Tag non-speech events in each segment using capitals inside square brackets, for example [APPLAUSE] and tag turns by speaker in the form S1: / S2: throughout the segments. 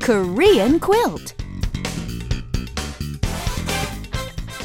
S1: Korean quilt.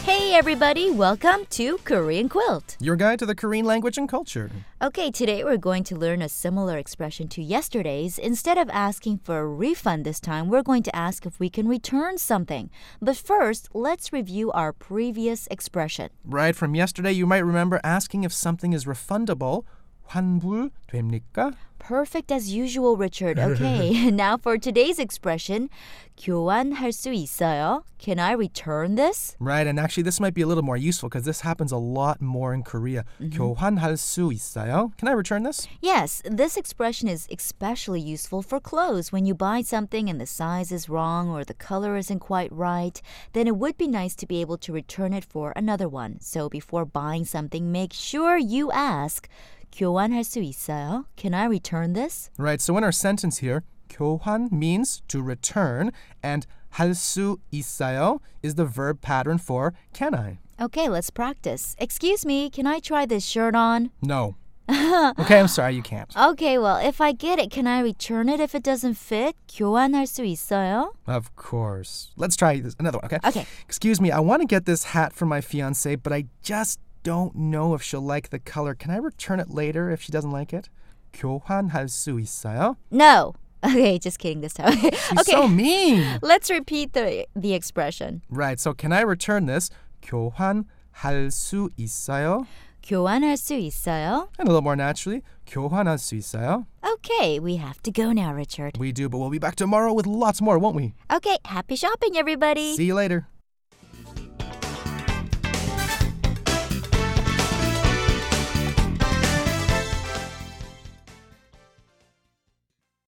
S2: Hey everybody, welcome to Korean Quilt.
S3: Your guide to the Korean language and culture.
S2: Okay, today we're going to learn a similar expression to yesterday's. Instead of asking for a refund this time, we're going to ask if we can return something. But first, let's review our previous expression.
S3: Right from yesterday, you might remember asking if something is refundable. 환불됩니까?
S2: Perfect as usual, Richard. Okay, [LAUGHS] now for today's expression, 교환할 수 있어요? Can I return this?
S3: Right, and actually this might be a little more useful because this happens a lot more in Korea. 교환할 수 있어요? Can I return this?
S2: Yes, this expression is especially useful for clothes. When you buy something and the size is wrong or the color isn't quite right, then it would be nice to be able to return it for another one. So before buying something, make sure you ask, 교환할 수 있어요? Can I return this?
S3: Right, so in our sentence here, 교환 means to return and 할 수 있어요 is the verb pattern for can I?
S2: Okay, let's practice. Excuse me, can I try this shirt on?
S3: No. okay, I'm sorry, you can't.
S2: Okay, well, if I get it, can I return it if it doesn't fit? 교환할 수 있어요?
S3: Of course. Let's try this another one, okay?
S2: Okay.
S3: Excuse me, I want to get this hat for my fiance, but I just don't know if she'll like the color. Can I return it later if she doesn't like it? 교환할 수 있어요?
S2: No. [LAUGHS] Okay, just kidding this time. [LAUGHS] okay.
S3: You're so mean.
S2: Let's repeat the the expression.
S3: Right, so can I return this? 교환할 수 있어요?
S2: 교환할 수 있어요?
S3: And a little more naturally, 교환할 수 있어요?
S2: Okay, we have to go now, Richard.
S3: We do, but we'll be back tomorrow with lots more, won't we?
S2: Okay, happy shopping everybody.
S3: See you later.